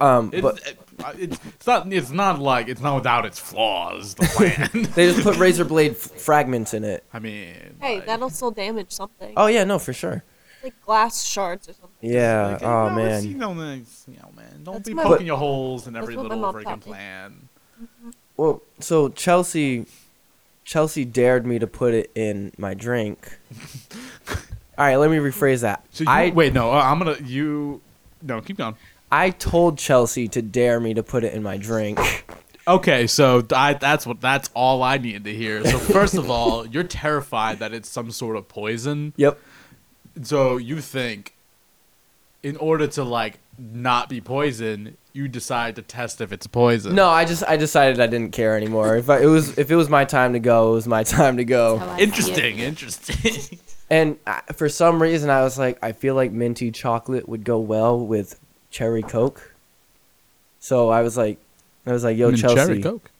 Speaker 1: Um,
Speaker 2: it's, uh,
Speaker 1: but
Speaker 2: *laughs* it's, it's not it's not like it's not without its flaws. *laughs* The plan.
Speaker 1: they just put razor blade f- fragments in it.
Speaker 2: I mean,
Speaker 4: Hey,
Speaker 2: like,
Speaker 4: that'll still damage something.
Speaker 1: Oh yeah, no, for sure.
Speaker 4: Like glass shards or something.
Speaker 1: Yeah.
Speaker 2: like,
Speaker 1: Oh
Speaker 2: you know, it's, You
Speaker 1: man.
Speaker 2: know, it's, you know, man, don't
Speaker 4: That's
Speaker 2: be
Speaker 4: my-
Speaker 2: poking
Speaker 1: But-
Speaker 2: your holes in every
Speaker 4: what my
Speaker 2: little
Speaker 4: mom taught
Speaker 2: freaking
Speaker 4: me.
Speaker 2: plan.
Speaker 1: Well, so Chelsea, Chelsea dared me to put it in my
Speaker 2: *laughs*
Speaker 1: drink. All right, let me rephrase that.
Speaker 2: So you,
Speaker 1: I
Speaker 2: wait, no, uh, I'm gonna you. No, keep going.
Speaker 1: I told Chelsea to dare me to put it in my drink.
Speaker 2: Okay, so I, that's what that's all I needed to hear. So first of *laughs* all, you're terrified that it's some sort of poison.
Speaker 1: Yep.
Speaker 2: So you think, in order to like not be poisoned, you decide to test if it's poison.
Speaker 1: No, I just I decided I didn't care anymore. If I, it was if it was my time to go, it was my *laughs* time to
Speaker 6: How
Speaker 1: go.
Speaker 6: I see it.
Speaker 2: Interesting, interesting.
Speaker 1: And I, for some reason, I was like, I feel like minty chocolate would go well with cherry coke. So I was like, I was like, Yo,
Speaker 2: And
Speaker 1: Chelsea,
Speaker 2: Coke.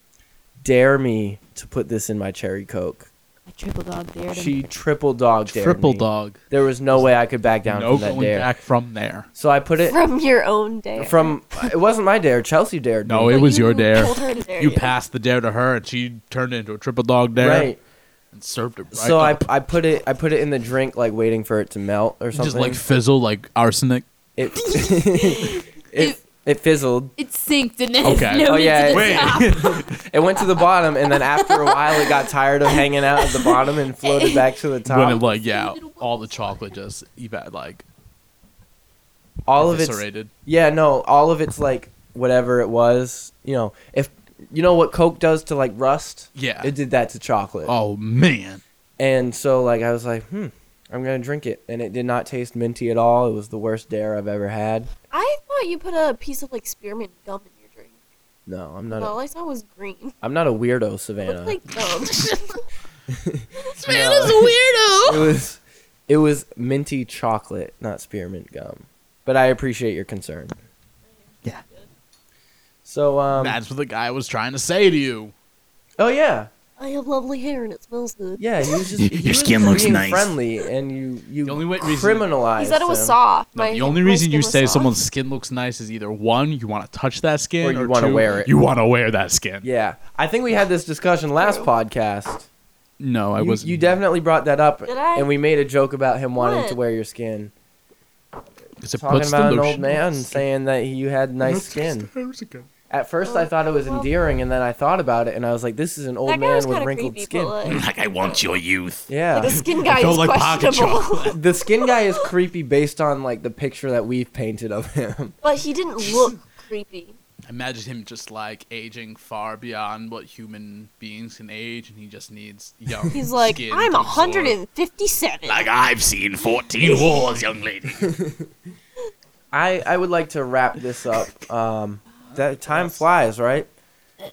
Speaker 1: dare me to put this in my cherry coke.
Speaker 6: I triple dog dared him.
Speaker 1: She triple dog dared
Speaker 2: Triple
Speaker 1: me.
Speaker 2: dog.
Speaker 1: There was no way I could back down
Speaker 2: no
Speaker 1: from that
Speaker 2: going
Speaker 1: dare.
Speaker 2: back from there.
Speaker 1: So I put it
Speaker 4: From your own day.
Speaker 1: from. It wasn't my dare. Chelsea dared me.
Speaker 2: No, it was your dare.
Speaker 4: Told her to dare
Speaker 2: You passed the dare to her, and she turned it into a triple dog dare
Speaker 1: right.
Speaker 2: and served it right
Speaker 1: So I,
Speaker 2: up.
Speaker 1: I put it I put it in the drink like waiting for it to melt or something.
Speaker 2: just like fizzle like *laughs* arsenic.
Speaker 1: it *laughs* it, it fizzled.
Speaker 6: It sinked and then
Speaker 2: Okay.
Speaker 6: *laughs* it floated
Speaker 1: Oh, yeah,
Speaker 6: to the
Speaker 1: wait.
Speaker 6: top.
Speaker 1: *laughs* It went to the bottom and then after a while it got tired of hanging out at the bottom and floated back to the top.
Speaker 2: When it like yeah, all the chocolate just eva- like
Speaker 1: all of its
Speaker 2: eviscerated.
Speaker 1: yeah no all of its like whatever it was you know if you know what Coke does to like rust
Speaker 2: Yeah.
Speaker 1: it did that to chocolate
Speaker 2: Oh man.
Speaker 1: and so like I was like hmm I'm gonna drink it and it did not taste minty at all it was the worst dare I've ever had
Speaker 4: I thought you put a piece of like spearmint gum in your drink.
Speaker 1: no I'm
Speaker 4: But
Speaker 1: not
Speaker 4: all
Speaker 1: a,
Speaker 4: I saw was green. *laughs*
Speaker 1: I'm not a weirdo
Speaker 4: It
Speaker 1: Savannah
Speaker 4: looked like gum. *laughs*
Speaker 1: No.
Speaker 6: weirdo.
Speaker 1: it was it was minty chocolate, not spearmint gum. But I appreciate your concern. Yeah. So um
Speaker 2: That's what the guy was trying to say to you.
Speaker 1: oh yeah.
Speaker 4: I have lovely hair and it smells good.
Speaker 1: Yeah, he was
Speaker 5: *laughs*
Speaker 1: just
Speaker 5: Your
Speaker 1: he was
Speaker 5: skin
Speaker 1: just
Speaker 5: looks
Speaker 1: being
Speaker 5: nice.
Speaker 1: friendly and you you
Speaker 2: The only way- reason-
Speaker 1: criminalized
Speaker 4: He said it was
Speaker 1: him,
Speaker 4: soft.
Speaker 2: No,
Speaker 4: My-
Speaker 2: the only
Speaker 4: my
Speaker 2: reason
Speaker 4: skin
Speaker 2: you
Speaker 4: was
Speaker 2: say
Speaker 4: soft.
Speaker 2: someone's skin looks nice is either one, you want to touch that skin,
Speaker 1: Or you
Speaker 2: want
Speaker 1: wanna
Speaker 2: to
Speaker 1: wear it.
Speaker 2: You want to wear that skin.
Speaker 1: Yeah. I think we had this discussion last podcast.
Speaker 2: No, I
Speaker 1: you,
Speaker 2: was.
Speaker 1: you definitely brought that up
Speaker 4: Did I?
Speaker 1: and we made a joke about him wanting
Speaker 4: What?
Speaker 1: to wear your skin.
Speaker 2: Because it
Speaker 1: Talking
Speaker 2: puts the
Speaker 1: about an old
Speaker 2: lotion-
Speaker 1: man saying that you had nice skin. At first, I thought it was endearing, and then I thought about it, and I was like, "This is an old
Speaker 4: Oh, That guy was
Speaker 1: man with
Speaker 4: kind of
Speaker 1: wrinkled
Speaker 4: creepy,
Speaker 1: skin." *laughs*
Speaker 4: but like,
Speaker 5: Like I want your youth.
Speaker 1: Yeah,
Speaker 4: the skin guy
Speaker 2: felt
Speaker 4: is
Speaker 2: like pocket
Speaker 4: questionable.
Speaker 1: the skin guy is creepy based on like the picture that we've painted of him.
Speaker 4: *laughs* but he didn't look creepy.
Speaker 2: Imagine him just like aging far beyond what human beings can age, and he just needs young.
Speaker 4: He's like,
Speaker 2: skin
Speaker 4: I'm
Speaker 2: to absorb."
Speaker 4: 157.
Speaker 5: Like I've seen fourteen *laughs* wars, young lady.
Speaker 1: I I would like to wrap this up. Um, that time flies, right?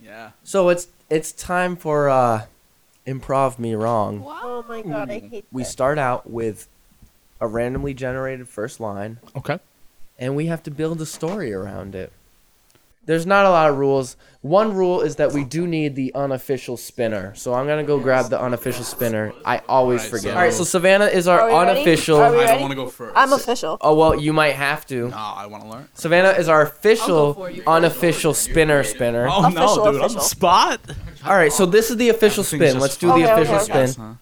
Speaker 2: Yeah.
Speaker 1: So it's it's time for uh, improv me wrong.
Speaker 4: Oh my god, I hate
Speaker 1: We start out with a randomly generated first line,
Speaker 2: Okay.
Speaker 1: and we have to build a story around it. There's not a lot of rules. One rule is that we do need the unofficial spinner. So I'm gonna go grab the unofficial spinner. I always
Speaker 2: Alright,
Speaker 1: forget.
Speaker 2: so-
Speaker 1: All right, so Savannah is our
Speaker 4: Are we ready?
Speaker 1: unofficial.
Speaker 4: Are we
Speaker 2: I don't
Speaker 4: ready?
Speaker 2: want to go first.
Speaker 4: I'm official.
Speaker 1: Oh well, you might have to.
Speaker 2: No, I want to learn.
Speaker 1: Savannah is our
Speaker 6: I'll go
Speaker 1: official,
Speaker 6: for you.
Speaker 1: unofficial spinner spinner.
Speaker 2: Oh
Speaker 4: Official,
Speaker 2: no, dude! I'm
Speaker 4: official.
Speaker 2: spot.
Speaker 1: All right, so this is the official spin. Let's do the
Speaker 4: Okay, okay,
Speaker 1: official
Speaker 4: okay.
Speaker 1: spin.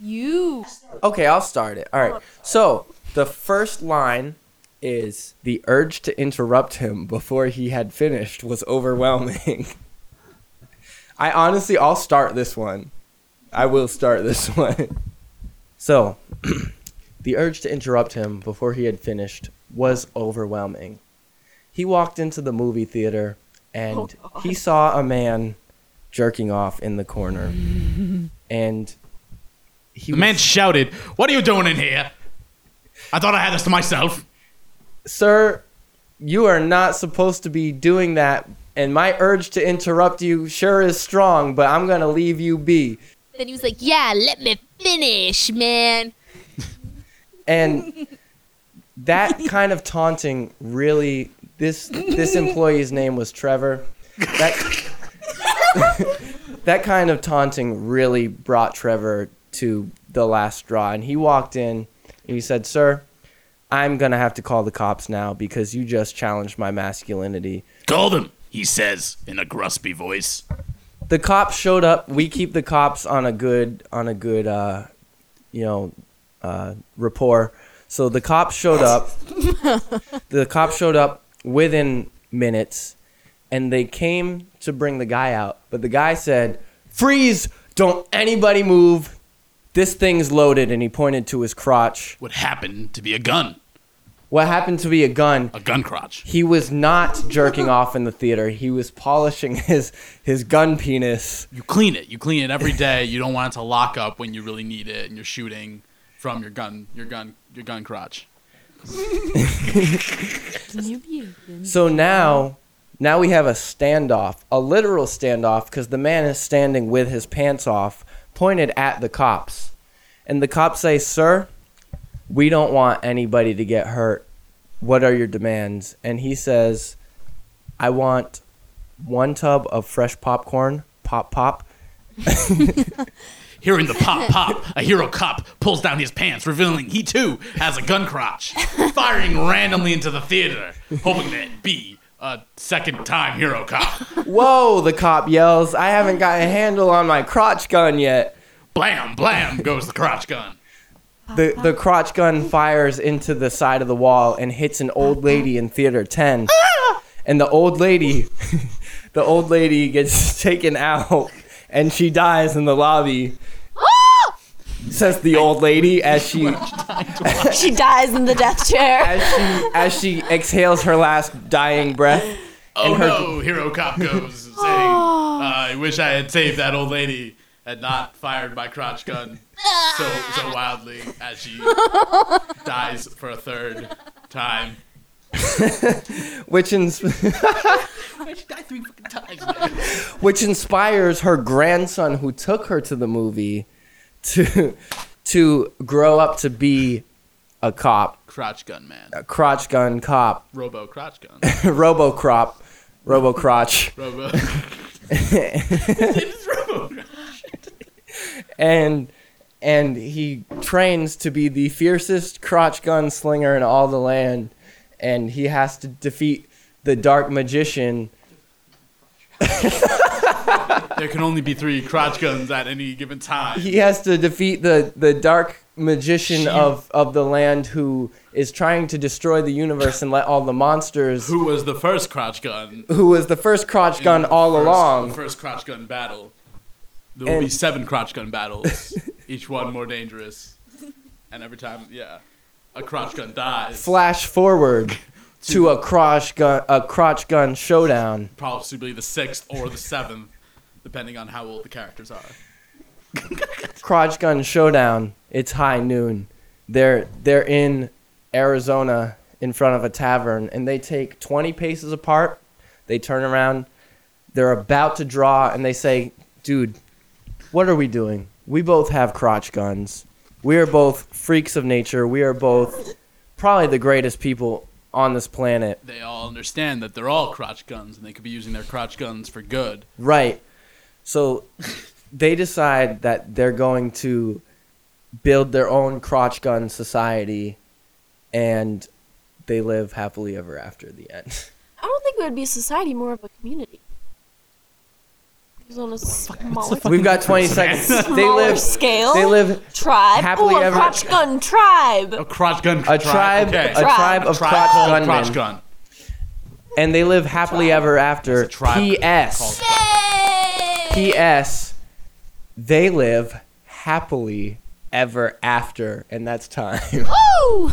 Speaker 6: You.
Speaker 1: Okay, I'll start it. All right. So the first line is the urge to interrupt him before he had finished was overwhelming. *laughs* I honestly, I'll start this one. I will start this *laughs* one. So *clears throat* the urge to interrupt him before he had finished was overwhelming. He walked into the movie theater and
Speaker 4: Oh, God.
Speaker 1: he saw a man jerking off in the corner. and he
Speaker 2: The man
Speaker 1: was-
Speaker 2: shouted, "What are you doing in here? I thought I had this to myself."
Speaker 1: sir, you are not supposed to be doing that. And my urge to interrupt you sure is strong, but I'm gonna leave you be.
Speaker 6: Then he was like, yeah, let me finish, man.
Speaker 1: And that kind of taunting really this this employee's name was Trevor. That that kind of taunting really brought Trevor to the last straw and he walked in and he said, "Sir, I'm going to have to call the cops now because you just challenged my masculinity."
Speaker 5: Call them, he says in a grumpy voice.
Speaker 1: the cops showed up. We keep the cops on a good on a good uh, you know uh, rapport. So the cops showed up. the cops showed up within minutes, and they came to bring the guy out. But the guy said, "Freeze! Don't anybody move. This thing's loaded." And he pointed to his crotch.
Speaker 5: What happened to be a gun?
Speaker 1: what happened to be a gun.
Speaker 5: A gun crotch.
Speaker 1: He was not jerking off in the theater. He was polishing his his gun penis.
Speaker 2: You clean it. You clean it every day. You don't want it to lock up when you really need it, and you're shooting from your gun, your gun, your gun crotch.
Speaker 6: Can you be a human?
Speaker 1: So now, now we have a standoff, a literal standoff, because the man is standing with his pants off, pointed at the cops, and the cops say, "Sir, we don't want anybody to get hurt. What are your demands?" And he says, "I want one tub of fresh popcorn, pop pop,
Speaker 5: Hearing the pop pop, a hero cop pulls down his pants, revealing he too has a gun crotch, firing randomly into the theater, hoping that it be a second time hero cop.
Speaker 1: Whoa, the cop yells, I haven't got a handle on my crotch gun yet.
Speaker 5: Blam, blam goes the crotch gun.
Speaker 1: The, the crotch gun fires into the side of the wall and hits an old lady in theater 10. And the old lady, *laughs* the old lady gets *laughs* taken out and she dies in the lobby. Says the old lady as she
Speaker 4: *laughs* She dies in the death *laughs* chair.
Speaker 1: as she as she exhales her last dying breath.
Speaker 5: Oh
Speaker 1: her-
Speaker 5: no, hero cop goes, saying, uh, I wish I had saved that old lady and not fired my crotch gun so, so wildly as she dies for a third time.
Speaker 1: which ins- *laughs* which inspires her grandson who took her to the movie to to grow up to be a cop,
Speaker 2: Crotch gun man.
Speaker 1: a crotch gun cop, *laughs*
Speaker 2: Robo crotch gun.
Speaker 1: robocrop, robocrotch,
Speaker 2: Robo.
Speaker 1: and and he trains to be the fiercest crotch gun slinger in all the land, and he has to defeat the dark magician.
Speaker 2: there can only be three crotch guns at any given time.
Speaker 1: he has to defeat the the dark magician of of the land who is trying to destroy the universe and let all the monsters
Speaker 2: Who was the first crotch gun?
Speaker 1: who was the first crotch
Speaker 2: in
Speaker 1: gun
Speaker 2: the
Speaker 1: all
Speaker 2: first- The
Speaker 1: along
Speaker 2: first crotch gun battle. There will be
Speaker 1: And-
Speaker 2: seven crotch
Speaker 1: *laughs*
Speaker 2: gun battles, each one more dangerous. And every time, yeah, a crotch gun dies.
Speaker 1: flash
Speaker 2: *laughs*
Speaker 1: forward to a crotch gun a crotch gun showdown
Speaker 2: Possibly the sixth or the seventh, depending on how old the characters are.
Speaker 1: crotch gun showdown it's high noon they're they're in arizona in front of a tavern and they take 20 paces apart they turn around they're about to draw and they say dude what are we doing we both have crotch guns we are both freaks of nature we are both probably the greatest people on this planet
Speaker 2: They all understand that they're all crotch guns, and they could be using their crotch guns for good.
Speaker 1: Right. So they decide that they're going to build their own crotch gun society and they live happily ever after at the
Speaker 2: *laughs*
Speaker 1: end.
Speaker 4: I don't think it would be a society, more of a community. Because on a smaller,
Speaker 1: We've got 20 seconds. They
Speaker 4: smaller
Speaker 1: live
Speaker 4: scale,
Speaker 1: they live
Speaker 4: tribe,
Speaker 1: happily
Speaker 4: Ooh, a
Speaker 1: ever-
Speaker 4: crotch gun tribe.
Speaker 2: A crotch gun.
Speaker 1: a tribe
Speaker 2: okay.
Speaker 1: a tribe of
Speaker 2: Tribe
Speaker 1: crotch
Speaker 2: called
Speaker 1: gunmen
Speaker 2: crotch gun.
Speaker 1: and they live happily ever after.
Speaker 2: It's a tribe called
Speaker 1: PS
Speaker 2: crotch gun.
Speaker 1: PS they live happily ever after and that's time. *laughs*
Speaker 2: You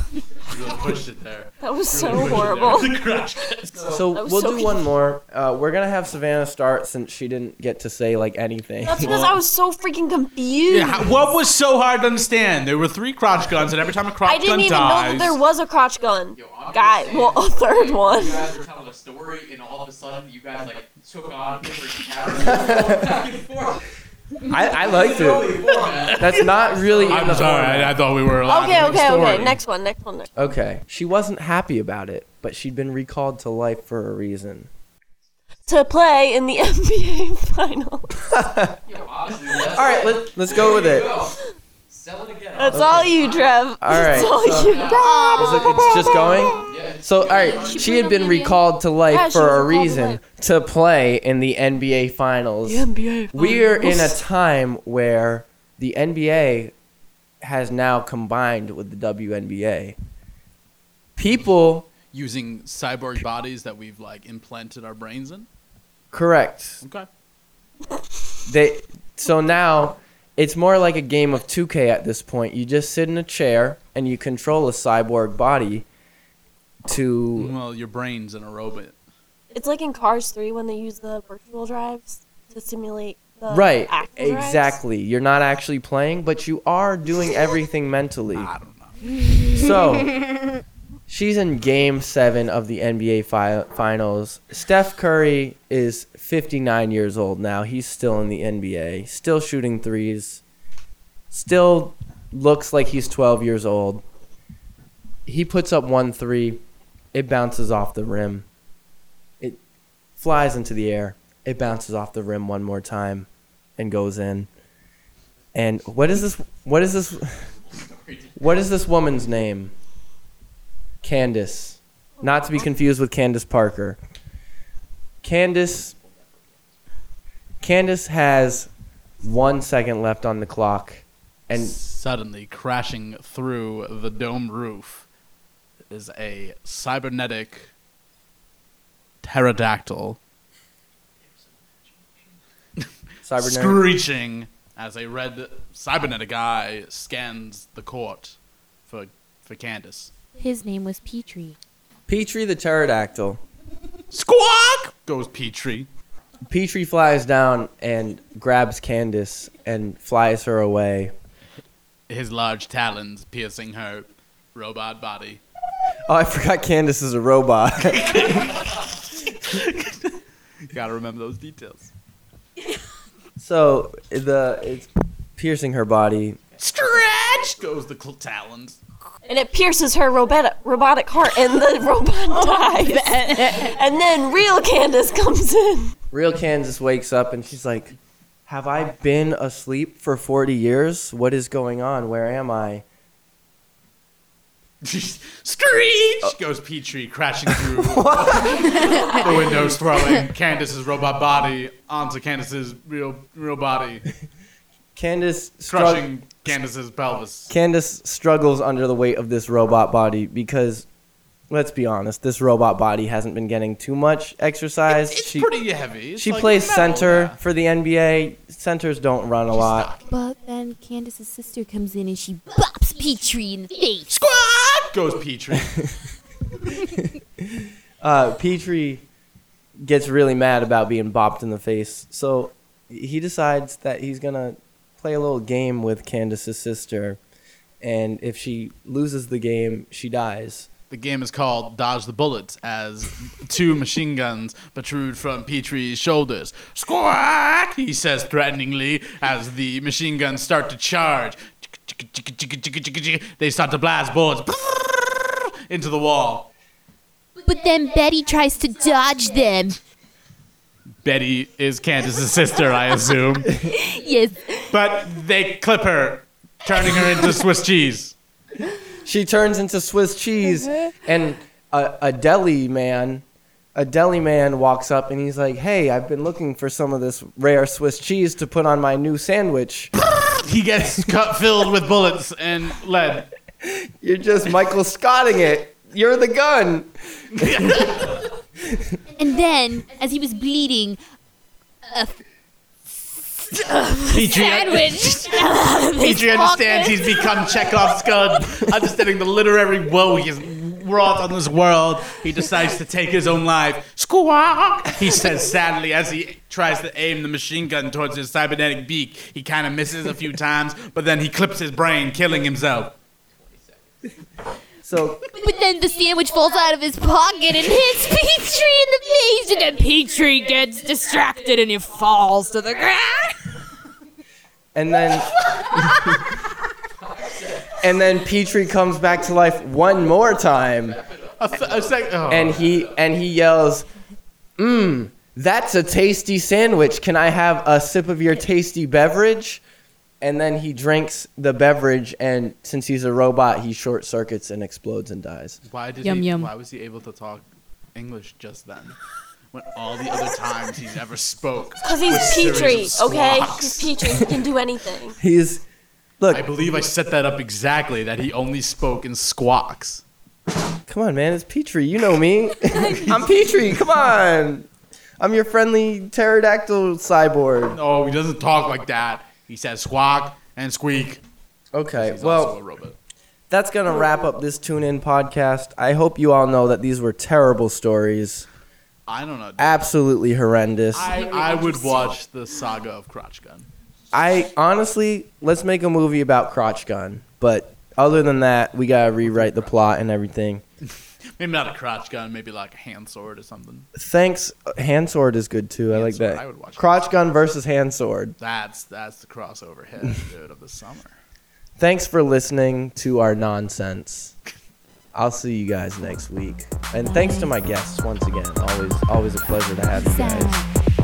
Speaker 2: really pushed it there.
Speaker 4: That was so horrible.
Speaker 2: *laughs* The crotch guns.
Speaker 1: So
Speaker 4: That was
Speaker 1: we'll
Speaker 4: so
Speaker 1: do one more. Uh, we're gonna have Savannah start since she didn't get to say like anything.
Speaker 4: *laughs* *laughs* That's because I was so freaking confused.
Speaker 2: Yeah, how- what was so hard to understand? There were three crotch guns, and every time a crotch
Speaker 4: I didn't
Speaker 2: gun
Speaker 4: even
Speaker 2: dies,
Speaker 4: know that there was a crotch gun. Guy, well, a third one.
Speaker 7: You guys were telling a story, and all of a sudden, you guys like took on different
Speaker 2: *laughs*
Speaker 7: characters. *laughs* back and forth.
Speaker 1: I, I liked it. That's not really. in
Speaker 2: I'm
Speaker 1: the
Speaker 2: sorry.
Speaker 1: format.
Speaker 2: I, I thought we were allowed
Speaker 4: Okay,
Speaker 2: to do
Speaker 4: okay,
Speaker 2: a story.
Speaker 4: okay. Next one, next one, next.
Speaker 1: Okay. She wasn't happy about it, but she'd been recalled to life for a reason.
Speaker 4: To play in the *laughs* NBA final.
Speaker 7: Yo, honestly, that's-
Speaker 1: All right, let, let's go with it.
Speaker 7: Yo, Sell it again.
Speaker 4: That's all you, Trev. All That's
Speaker 1: right,
Speaker 4: all
Speaker 1: so-
Speaker 4: you.
Speaker 1: Is it- it's just going.
Speaker 7: Yeah.
Speaker 1: So, all right, she had been recalled to life
Speaker 4: Yeah, she was
Speaker 1: for a
Speaker 4: recalled to
Speaker 1: reason
Speaker 4: life.
Speaker 1: to play in the NBA Finals.
Speaker 4: NBA.
Speaker 1: We're in a time where the NBA has now combined with the WNBA. People,
Speaker 2: Using cyborg bodies that we've like implanted our brains in.
Speaker 1: correct.
Speaker 2: Okay.
Speaker 1: They so now it's more like a game of 2K at this point. You just sit in a chair and you control a cyborg body to
Speaker 5: Well, your brain's in a robot.
Speaker 4: It's like in Cars 3 when they use the virtual drives to simulate the
Speaker 1: right
Speaker 4: actual drives.
Speaker 1: exactly you're not actually playing but you are doing everything mentally i don't know so she's in game seven of the nba fi- finals steph curry is 59 years old now he's still in the nba still shooting threes still looks like he's 12 years old he puts up one three it bounces off the rim it flies into the air it bounces off the rim one more time and goes in. And what is this? What is this? What is this woman's name? Candace, not to be confused with Candace Parker. Candace. Candace has one second left on the clock, and
Speaker 5: suddenly crashing through the dome roof is a cybernetic pterodactyl
Speaker 1: cybernetic.
Speaker 5: screeching as a red cybernetic eye scans the court for for Candace.
Speaker 6: His name was Petrie.
Speaker 1: Petrie the pterodactyl.
Speaker 5: Squawk goes Petrie.
Speaker 1: Petrie flies down and grabs Candace and flies her away.
Speaker 5: His large talons piercing her robot body.
Speaker 1: Oh, I forgot Candace is a robot. *laughs*
Speaker 5: Gotta remember those details.
Speaker 1: So the it's piercing her body.
Speaker 5: Stretch goes the cl- talons. *laughs*
Speaker 4: And it pierces her robotic, robotic heart, and *laughs* the robot dies. and then real Candace comes in.
Speaker 1: Real Kansas wakes up and she's like, "Have I been asleep for 40 years? What is going on? Where am I?"
Speaker 5: Screech
Speaker 1: Uh.
Speaker 5: goes Petrie crashing through *laughs* the windows, throwing Candace's robot body onto Candace's real real body,
Speaker 1: Candace strug-
Speaker 5: crushing Candace's pelvis.
Speaker 1: Candace struggles under the weight of this robot body because let's be honest, this robot body hasn't been getting too much exercise.
Speaker 5: It's
Speaker 1: she
Speaker 5: pretty heavy. It's
Speaker 1: she
Speaker 5: like
Speaker 1: plays
Speaker 5: metal.
Speaker 1: center
Speaker 5: Yeah.
Speaker 1: for the NBA. Centers don't run a lot.
Speaker 6: But then Candace's sister comes in and she bops Petrie in the face.
Speaker 5: Squad goes Petrie.
Speaker 1: uh, Petrie gets really mad about being bopped in the face, so he decides that he's gonna play a little game with Candace's sister, and if she loses the game, she dies.
Speaker 5: The game is called Dodge the Bullets as two machine guns protrude from Petrie's shoulders. Squawk! He says threateningly as the machine guns start to charge. They start to blast bullets into the wall.
Speaker 6: But then Betty tries to dodge them.
Speaker 5: Betty is Candace's sister, I assume.
Speaker 6: Yes.
Speaker 5: But they clip her, turning her into Swiss cheese.
Speaker 1: She turns into Swiss cheese, and a, a deli man, a deli man walks up and he's like, "Hey, I've been looking for some of this rare Swiss cheese to put on my new sandwich."
Speaker 5: He gets cut filled with bullets and *laughs* lead.
Speaker 1: You're just Michael Scotting it. You're the gun.
Speaker 6: And then, as he was bleeding, *laughs*
Speaker 5: Petrie, Petrie understands he's become Chekhov's gun, understanding the literary woe he's wrought on this world. He decides to take his own life. Squawk! He says sadly as he tries to aim the machine gun towards his cybernetic beak. He kind of misses a few times, but then he clips his brain, killing himself.
Speaker 1: So
Speaker 6: but then the sandwich falls out of his pocket and hits *laughs* Petrie in the face, and then Petrie gets distracted and he falls to the ground.
Speaker 1: and then and then Petrie comes back to life one more time,
Speaker 5: A th- a sec- oh.
Speaker 1: and he and he yells, "Mmm, that's a tasty sandwich. Can I have a sip of your tasty beverage?" And then he drinks the beverage, and since he's a robot, he short circuits and explodes and dies.
Speaker 5: Why did
Speaker 6: Yum,
Speaker 5: he,
Speaker 6: yum.
Speaker 5: Why was he able to talk English just then? When all the other times he's ever spoke,
Speaker 4: Because he's Petrie,
Speaker 5: series of
Speaker 4: okay?
Speaker 5: squawks.
Speaker 4: He's Petrie. He can do anything.
Speaker 1: He's
Speaker 5: I
Speaker 1: look,
Speaker 5: believe I set that up exactly. That he only spoke in squawks.
Speaker 1: come on, man, it's Petrie. You know me. *laughs* I'm Petrie. Come on. I'm your friendly pterodactyl cyborg.
Speaker 5: No, he doesn't talk like that. He says squawk and squeak.
Speaker 1: Okay,
Speaker 5: He's
Speaker 1: well,
Speaker 5: also a robot.
Speaker 1: that's going to wrap up this tune in podcast. I hope you all know that these were terrible stories.
Speaker 5: I don't know.
Speaker 1: Absolutely horrendous.
Speaker 5: I, I would watch the saga of Crotch Gun.
Speaker 1: I honestly, let's make a movie about Crotch Gun. But other than that, we got to rewrite the plot and everything.
Speaker 5: Maybe not a crotch gun, maybe like a hand sword or something.
Speaker 1: Thanks. Hand sword is good too. I
Speaker 5: Hand
Speaker 1: like
Speaker 5: sword,
Speaker 1: that.
Speaker 5: I would watch
Speaker 1: Crotch gun versus hand sword.
Speaker 5: That's that's the crossover hit, dude, of the summer.
Speaker 1: Thanks for listening to our nonsense. I'll see you guys next week. And thanks to my guests once again. Always, always a pleasure to have you guys.
Speaker 8: Zach.